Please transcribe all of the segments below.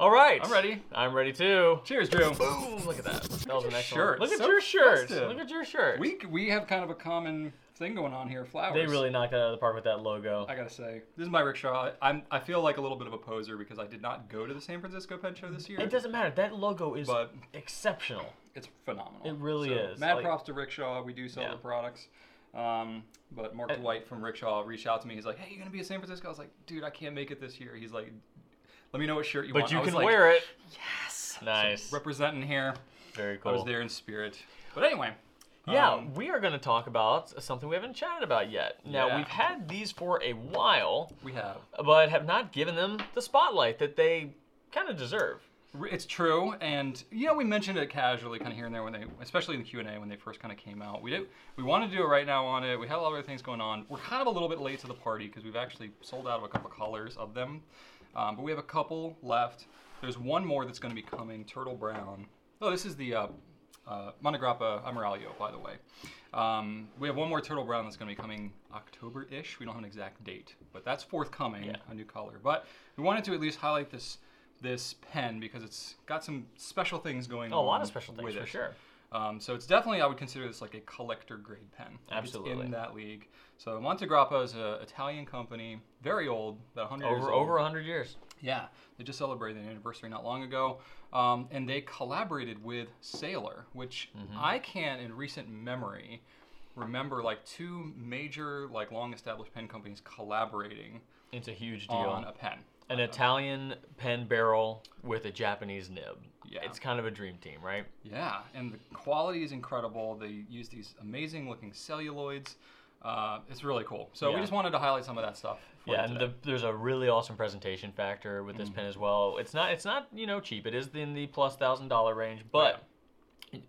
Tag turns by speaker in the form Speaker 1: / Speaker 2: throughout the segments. Speaker 1: All right.
Speaker 2: I'm ready.
Speaker 1: I'm ready too.
Speaker 2: Cheers, Drew.
Speaker 1: Ooh, look at that. That was an
Speaker 2: your
Speaker 1: excellent.
Speaker 2: shirt.
Speaker 1: Look at
Speaker 2: So
Speaker 1: your shirt.
Speaker 2: festive.
Speaker 1: Look at your shirt.
Speaker 2: We we have kind of a common thing going on here. Flowers.
Speaker 1: they really knocked it out of the park with that logo.
Speaker 2: I gotta say, this is my rickshaw. I, I'm I feel like a little bit of a poser because I did not go to the San Francisco Pen Show this year.
Speaker 1: It doesn't matter. That logo is
Speaker 2: But-
Speaker 1: exceptional.
Speaker 2: It's phenomenal.
Speaker 1: It really is,
Speaker 2: Mad
Speaker 1: like-
Speaker 2: props to Rickshaw. We do sell
Speaker 1: Yeah. Uh,
Speaker 2: their products. Um, but Mark Dwight from Rickshaw reached out to me. He's like, "Hey, you gonna be in San Francisco?" I was like, "Dude, I can't make it this year." He's like, "Let me know what shirt you want."
Speaker 1: But
Speaker 2: I
Speaker 1: you
Speaker 2: was
Speaker 1: can
Speaker 2: like,
Speaker 1: wear it.
Speaker 2: Yes.
Speaker 1: Nice.
Speaker 2: Representing here.
Speaker 1: Very cool.
Speaker 2: I was there in spirit. But anyway.
Speaker 1: Yeah,
Speaker 2: um,
Speaker 1: we are going to talk about something we haven't chatted about yet. Now,
Speaker 2: Yeah.
Speaker 1: we've had these for a while,
Speaker 2: we have.
Speaker 1: but have not given them the spotlight that they kind of deserve.
Speaker 2: R- It's true, and you know we mentioned it casually, kind of here and there when they, especially in the Q and A when they first kind of came out. We did, we wanted to do it right now on it. We had a lot of other things going on. We're kind of a little bit late to the party because we've actually sold out of a couple colors of them, um, but we have a couple left. There's one more that's going to be coming, turtle brown. Oh, this is the uh, uh, Monograppa Amaralio, by the way. Um, we have one more turtle brown that's going to be coming October-ish. We don't have an exact date, but that's forthcoming, a new color. But we wanted to at least highlight this this pen because it's got some special things going
Speaker 1: Oh, a
Speaker 2: on.
Speaker 1: lot of special things, for
Speaker 2: Mm, with it.
Speaker 1: sure.
Speaker 2: Um, so it's definitely I would consider this like a collector grade pen. Like, it's
Speaker 1: Absolutely.
Speaker 2: in that league. So Monte Grappa is an Italian company, very old, about 100 years
Speaker 1: Over
Speaker 2: old.
Speaker 1: over 100 years.
Speaker 2: Yeah, they just celebrated an anniversary not long ago, um, and they collaborated with Sailor, which
Speaker 1: Mm-hmm.
Speaker 2: I can, in recent memory, remember like two major, like long-established pen companies collaborating
Speaker 1: It's a huge deal.
Speaker 2: on a pen.
Speaker 1: An Italian pen barrel with a Japanese nib.
Speaker 2: Yeah.
Speaker 1: It's kind of a dream team, right?
Speaker 2: Yeah, and the quality is incredible. They use these amazing-looking celluloids. Uh, it's really cool. So we
Speaker 1: Yeah.
Speaker 2: just wanted to highlight some of that Mm. stuff. For
Speaker 1: Yeah,
Speaker 2: you
Speaker 1: and
Speaker 2: today.
Speaker 1: the, there's a really awesome presentation factor with this pen as well. It's not it's not you know cheap. It is in the plus thousand dollar range,
Speaker 2: Oh,
Speaker 1: but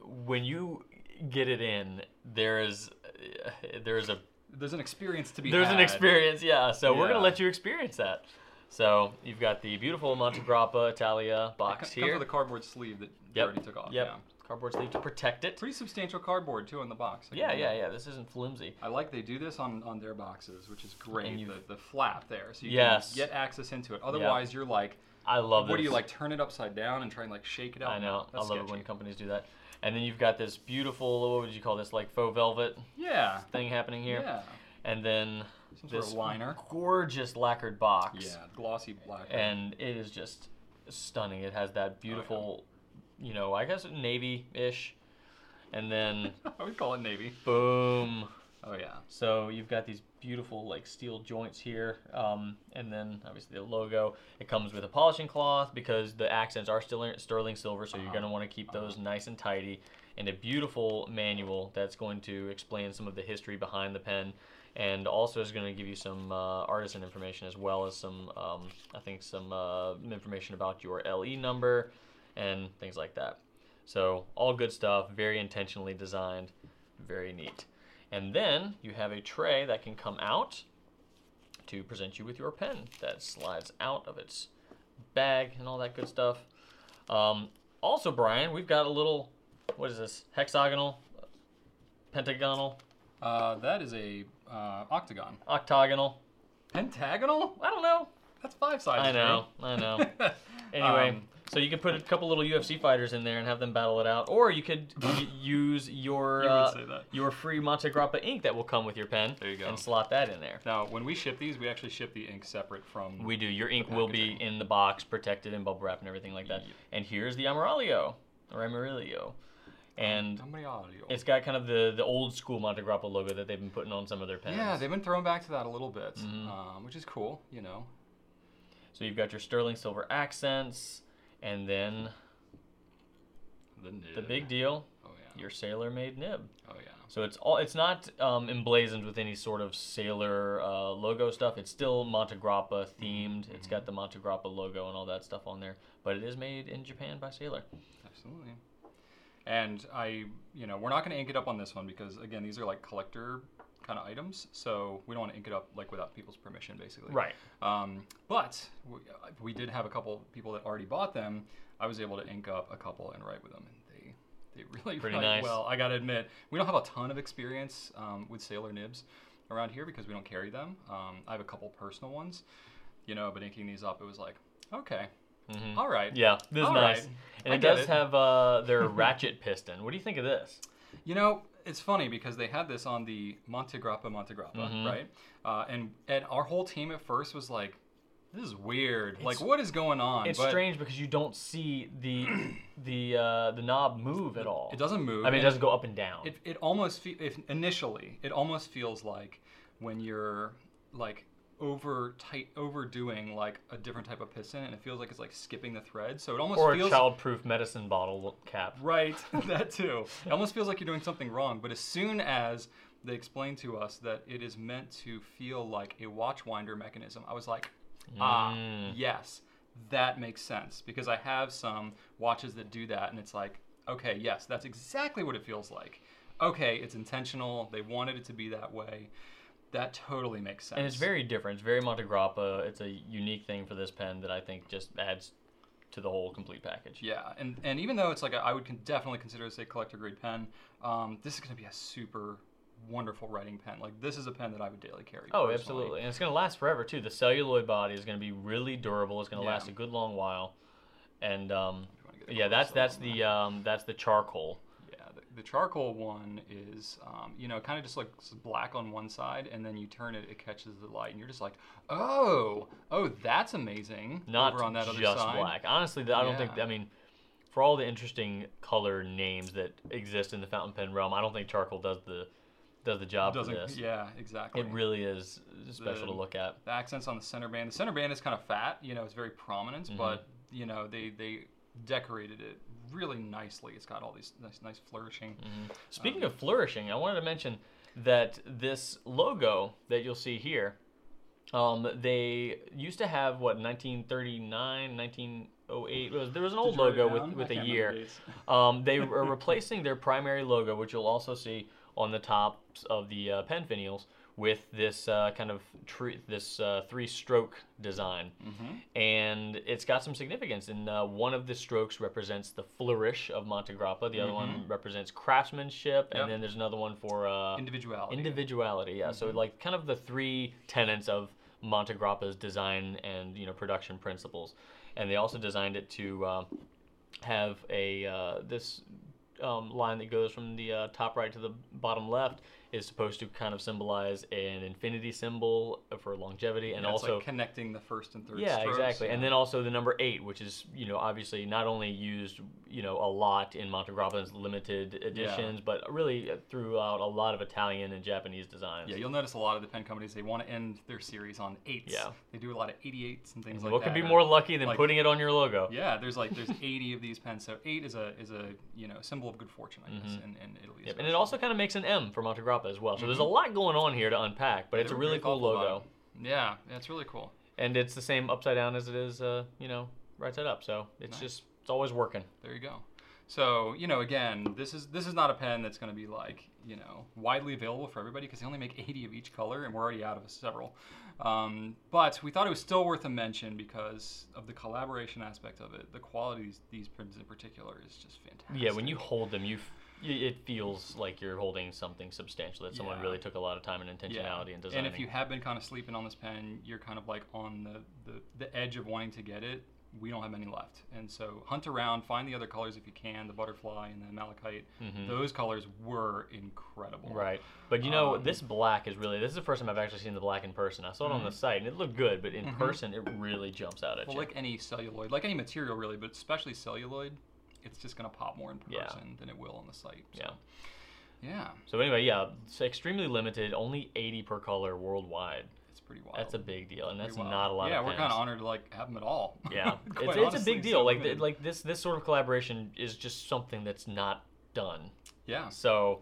Speaker 1: when you get it in, there is eh, there is a
Speaker 2: there's an experience to be.
Speaker 1: there's an
Speaker 2: had.
Speaker 1: experience. Yeah, so we're
Speaker 2: Yeah.
Speaker 1: gonna let you experience that. So you've got the beautiful Monte Grappa Italia
Speaker 2: It
Speaker 1: box
Speaker 2: comes
Speaker 1: here.
Speaker 2: with a cardboard sleeve that
Speaker 1: Yep,
Speaker 2: already took off.
Speaker 1: Yep.
Speaker 2: Yeah.
Speaker 1: Cardboard sleeve to protect it.
Speaker 2: Pretty substantial cardboard too in the box. I
Speaker 1: Yeah,
Speaker 2: can-
Speaker 1: yeah, yeah. This isn't flimsy.
Speaker 2: I like they do this on, on their boxes, which is great.
Speaker 1: And you-
Speaker 2: the, the flap there, so you
Speaker 1: Yes.
Speaker 2: can get access into it. Otherwise, you're like,
Speaker 1: I love
Speaker 2: what
Speaker 1: this.
Speaker 2: do you like? Turn it upside down and try and like shake it out.
Speaker 1: I know.
Speaker 2: Oh, That's
Speaker 1: I love it when
Speaker 2: sketchy.
Speaker 1: companies do that. And then you've got this beautiful, what would you call this, like faux velvet
Speaker 2: Yeah.
Speaker 1: thing happening here.
Speaker 2: Yeah.
Speaker 1: And then
Speaker 2: Some sort
Speaker 1: this
Speaker 2: of liner.
Speaker 1: gorgeous lacquered box.
Speaker 2: Yeah. Glossy black.
Speaker 1: And it is just stunning. It has that beautiful, you know, I guess navy ish. And then
Speaker 2: I would call it navy.
Speaker 1: boom.
Speaker 2: Oh yeah.
Speaker 1: So you've got these beautiful like steel joints here, um, and then obviously the logo. It comes with a polishing cloth because the accents are still in- sterling silver, so you're going to want to keep those nice and tidy. And a beautiful manual that's going to explain some of the history behind the pen, and also is going to give you some uh, artisan information as well as some, um, I think, some uh, information about your LE number and things like that. So all good stuff, very intentionally designed, very neat. And then you have a tray that can come out to present you with your pen that slides out of its bag and all that good stuff. Um, also, Brian, we've got a little, what is this? Hexagonal, pentagonal,
Speaker 2: Uh, that is a uh, octagon.
Speaker 1: octagonal.
Speaker 2: Pentagonal?
Speaker 1: I don't know.
Speaker 2: That's five sizes.
Speaker 1: I know. I know.
Speaker 2: right?
Speaker 1: Anyway,
Speaker 2: Um,
Speaker 1: so you could put a couple little UFC fighters in there and have them battle it out, or you could y- use your
Speaker 2: You would
Speaker 1: uh,
Speaker 2: say that.
Speaker 1: your free Monte Grappa ink that will come with your pen.
Speaker 2: There you go.
Speaker 1: And slot that in there.
Speaker 2: now, when we ship these, we actually ship the ink separate from.
Speaker 1: We do. Your ink will be in the box, protected in bubble wrap and everything like that.
Speaker 2: Yep.
Speaker 1: And here's the Amaralio, or Amarillo, and
Speaker 2: How many audio?
Speaker 1: it's got kind of the the old school Monte Grappa logo that they've been putting on some of their pens.
Speaker 2: Yeah, they've been thrown back to that a little bit,
Speaker 1: Mm-hmm.
Speaker 2: um, which is cool, you know.
Speaker 1: so you've got your sterling silver accents, and then
Speaker 2: The,
Speaker 1: the big deal,
Speaker 2: Oh yeah.
Speaker 1: your sailor made nib.
Speaker 2: oh yeah.
Speaker 1: So it's all it's not um, emblazoned with any sort of sailor uh, logo stuff. It's still Monte Grappa themed. It's
Speaker 2: Mm-hmm.
Speaker 1: got the Monte Grappa logo and all that stuff on there, but it is made in Japan by Sailor.
Speaker 2: Absolutely. And I, you know, we're not going to ink it up on this one because again, these are like collector kind of items, so we don't want to ink it up like without people's permission, basically.
Speaker 1: Right.
Speaker 2: Um, but we, uh, we did have a couple people that already bought them. I was able to ink up a couple and write with them, and they they really
Speaker 1: Pretty
Speaker 2: write
Speaker 1: nice.
Speaker 2: well. I gotta admit, we don't have a ton of experience um, with sailor nibs around here because we don't carry them. Um, I have a couple personal ones, you know, but inking these up, it was like, okay, All right.
Speaker 1: Mm-hmm. Yeah, this is
Speaker 2: All
Speaker 1: nice.
Speaker 2: right.
Speaker 1: And
Speaker 2: I
Speaker 1: it
Speaker 2: get
Speaker 1: does
Speaker 2: it.
Speaker 1: have uh, their ratchet piston. What do you think of this?
Speaker 2: You know, it's funny because they had this on the Monte Grappa Monte Grappa,
Speaker 1: Mm-hmm.
Speaker 2: right? Uh, and and our whole team at first was like, "This is weird. like, what is going on?"
Speaker 1: It's
Speaker 2: But
Speaker 1: strange because you don't see the the uh, the knob move at all.
Speaker 2: It doesn't move.
Speaker 1: I mean, it
Speaker 2: and
Speaker 1: doesn't go up and down.
Speaker 2: It, it almost fe- if initially it almost feels like when you're like over tight overdoing like a different type of piston, and it feels like it's like skipping the thread. So it almost
Speaker 1: or a
Speaker 2: feels
Speaker 1: childproof medicine bottle cap.
Speaker 2: Right, that too. It almost feels like you're doing something wrong, but as soon as they explained to us that it is meant to feel like a watch winder mechanism, I was like, ah,
Speaker 1: Mm.
Speaker 2: yes, that makes sense because I have some watches that do that, and it's like, okay, yes, that's exactly what it feels like. Okay, it's intentional. They wanted it to be that way. That totally makes sense.
Speaker 1: And it's very different. It's very Monte Grappa. It's a unique thing for this pen that I think just adds to the whole complete package.
Speaker 2: Yeah, and and even though it's like a, I would con- definitely consider this a collector grade pen, um, this is going to be a super wonderful writing pen. Like this is a pen that I would daily carry.
Speaker 1: Oh,
Speaker 2: personally.
Speaker 1: absolutely. And it's going to last forever, too. The celluloid body is going to be really durable. It's going to
Speaker 2: Yeah.
Speaker 1: last a good long while. And um,
Speaker 2: you wanna get a
Speaker 1: yeah, that's
Speaker 2: close-up
Speaker 1: that's
Speaker 2: on
Speaker 1: the um, that's the charcoal.
Speaker 2: Yeah, the, the charcoal one is um, you know kind of just like s- black on one side, and then you turn it, it catches the light, and you're just like, oh, oh, that's amazing.
Speaker 1: Not
Speaker 2: over on that
Speaker 1: just
Speaker 2: other side.
Speaker 1: black. Honestly, th- I don't think.
Speaker 2: Yeah.
Speaker 1: I mean, for all the interesting color names that exist in the fountain pen realm, I don't think charcoal does the does the job
Speaker 2: Doesn't.
Speaker 1: for this.
Speaker 2: Yeah, exactly.
Speaker 1: It really is special to
Speaker 2: The-
Speaker 1: look at.
Speaker 2: the accents on the center band. The center band is kind of fat, you know, it's very prominent,
Speaker 1: Mm-hmm.
Speaker 2: but you know they they decorated it really nicely. It's got all these nice nice flourishing.
Speaker 1: Mm-hmm. Speaking of flourishing, I wanted to mention that this logo that you'll see here, um, they used to have what 1939, 1908. was- There was an old
Speaker 2: you write it
Speaker 1: logo with
Speaker 2: down? I
Speaker 1: with a
Speaker 2: can't remember the
Speaker 1: year.
Speaker 2: dates.
Speaker 1: Um, they are replacing their primary logo, which you'll also see on the tops of the uh, pen finials, with this uh, kind of tree, this uh, three-stroke design,
Speaker 2: Mm-hmm.
Speaker 1: and it's got some significance. And uh, one of the strokes represents the flourish of Monte Grappa. The other one represents craftsmanship,
Speaker 2: Yep.
Speaker 1: and then there's another one for uh,
Speaker 2: Individuality. Mm-hmm.
Speaker 1: individuality. Yeah, so like kind of the three tenets of Monte Grappa's design and you know production principles, and they also designed it to uh, have a uh, this um, line that goes from the uh, top right to the bottom left is supposed to kind of symbolize an infinity symbol for longevity and
Speaker 2: Yeah, it's
Speaker 1: also
Speaker 2: like connecting the first and third.
Speaker 1: yeah,
Speaker 2: strokes,
Speaker 1: exactly. And
Speaker 2: yeah.
Speaker 1: then also the number eight, which is you know obviously not only used you know a lot in Monte Grappa's limited editions, but really uh, throughout a lot of Italian and Japanese designs.
Speaker 2: yeah, you'll notice a lot of the pen companies they want to end their series on eights.
Speaker 1: Yeah.
Speaker 2: they do a lot of eighty-eights and things like
Speaker 1: what
Speaker 2: that. uh,
Speaker 1: could be more lucky than
Speaker 2: like-
Speaker 1: putting it on your logo?
Speaker 2: Yeah, there's like there's 80 of these pens. So eight is a is a you know symbol of good fortune, I guess, in, in Italy.
Speaker 1: Mm-hmm. Yep, And it also kind of makes an M for Monte Grappa as well. So there's a
Speaker 2: Mm-hmm.
Speaker 1: lot going on here to unpack, but it's a
Speaker 2: They were
Speaker 1: really
Speaker 2: very
Speaker 1: cool
Speaker 2: thoughtful about
Speaker 1: logo,
Speaker 2: it. Yeah, it's really cool.
Speaker 1: and it's the same upside down as it is uh, you know right side up. So it's just it's always working.
Speaker 2: There you go. So you know, again, this is this is not a pen that's going to be like you know widely available for everybody because they only make 80 of each color, and we're already out of several. Um, but we thought it was still worth a mention because of the collaboration aspect of it. The quality of these, these pens in particular is just fantastic.
Speaker 1: Yeah, when you hold them, you. f- y- It feels like you're holding something substantial that someone
Speaker 2: Yeah.
Speaker 1: really took a lot of time and intentionality and designing.
Speaker 2: if you have been kind of sleeping on this pen, you're kind of like on the, the, the edge of wanting to get it. We don't have many left. And so hunt around, find the other colors if you can the butterfly and the malachite. Those colors were incredible.
Speaker 1: Mm-hmm. Right. But you know,
Speaker 2: Um,
Speaker 1: this black is really this is the first time I've actually seen the black in person. I saw it on the site and it looked good, but in person it really jumps out at
Speaker 2: Mm-hmm. Well,
Speaker 1: you.
Speaker 2: like any celluloid, like any material really, but especially celluloid, it's just going to pop more in person
Speaker 1: Yeah.
Speaker 2: than it will on the site. So,
Speaker 1: yeah.
Speaker 2: yeah.
Speaker 1: So anyway, yeah, it's extremely limited, only 80 per color worldwide.
Speaker 2: It's pretty wild.
Speaker 1: That's a big deal, and that's
Speaker 2: Pretty wild.
Speaker 1: not a lot
Speaker 2: Oh, Yeah,
Speaker 1: of
Speaker 2: we're
Speaker 1: pens.
Speaker 2: kind of honored to like have them at all.
Speaker 1: Yeah.
Speaker 2: Quite
Speaker 1: it's, it's a
Speaker 2: honestly,
Speaker 1: big deal.
Speaker 2: so
Speaker 1: like th-
Speaker 2: limited.
Speaker 1: like this this sort of collaboration is just something that's not done.
Speaker 2: yeah.
Speaker 1: So,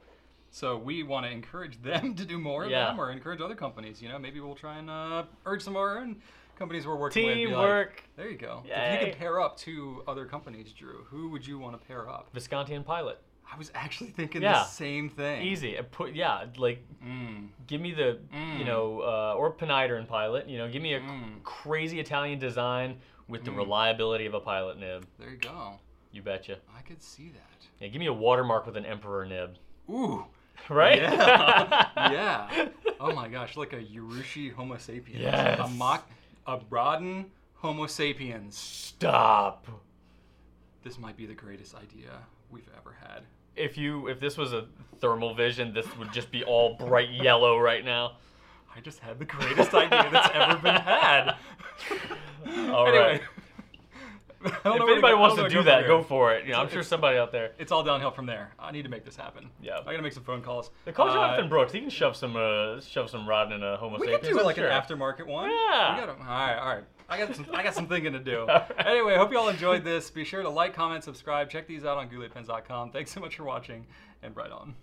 Speaker 2: So we want to encourage them to do more of
Speaker 1: Yeah.
Speaker 2: them, or encourage other companies. You know, maybe we'll try and uh, urge some of our own companies we're working with. be like,
Speaker 1: Teamwork.
Speaker 2: there you go. If you
Speaker 1: Yay.
Speaker 2: could pair up two other companies, Drew, who would you want to pair up?
Speaker 1: Visconti and Pilot.
Speaker 2: I was actually thinking
Speaker 1: Yeah.
Speaker 2: the same thing.
Speaker 1: Easy. I put yeah, like
Speaker 2: Mm.
Speaker 1: give me the you know uh, or Panider and Pilot. You know, give me a c-
Speaker 2: Mm.
Speaker 1: crazy Italian design with the reliability of a Pilot nib.
Speaker 2: There you go.
Speaker 1: You betcha.
Speaker 2: I could see that.
Speaker 1: Yeah, give me a watermark with an Emperor nib.
Speaker 2: Ooh.
Speaker 1: Right?
Speaker 2: Yeah. yeah. Oh my gosh, like a Yurushi Homo sapiens. A
Speaker 1: Yes.
Speaker 2: mock, a Broaden Homo sapiens.
Speaker 1: Stop.
Speaker 2: This might be the greatest idea we've ever had.
Speaker 1: If you if this was a thermal vision, this would just be all bright yellow right now.
Speaker 2: I just had the greatest idea that's ever been had.
Speaker 1: All right.
Speaker 2: I
Speaker 1: If
Speaker 2: don't know where go- I
Speaker 1: anybody
Speaker 2: don't
Speaker 1: wants to
Speaker 2: know where
Speaker 1: do
Speaker 2: from
Speaker 1: that,
Speaker 2: here.
Speaker 1: go for it. You know, I'm sure
Speaker 2: It's-
Speaker 1: somebody out there.
Speaker 2: It's all downhill from there. I need to make this happen.
Speaker 1: Yeah.
Speaker 2: I gotta make some phone calls.
Speaker 1: They call
Speaker 2: Uh,
Speaker 1: Jonathan Brooks. He can shove some uh, shove some rod in a Homo
Speaker 2: We
Speaker 1: sapiens.
Speaker 2: could do
Speaker 1: I'm
Speaker 2: like
Speaker 1: sure.
Speaker 2: an aftermarket one.
Speaker 1: Yeah.
Speaker 2: We gotta, all right, all right. I got some, I got some thinking to do.
Speaker 1: right.
Speaker 2: Anyway, hope you all enjoyed this. Be sure to like, comment, subscribe. Check these out on gouletpens.com. Thanks so much for watching, and right on.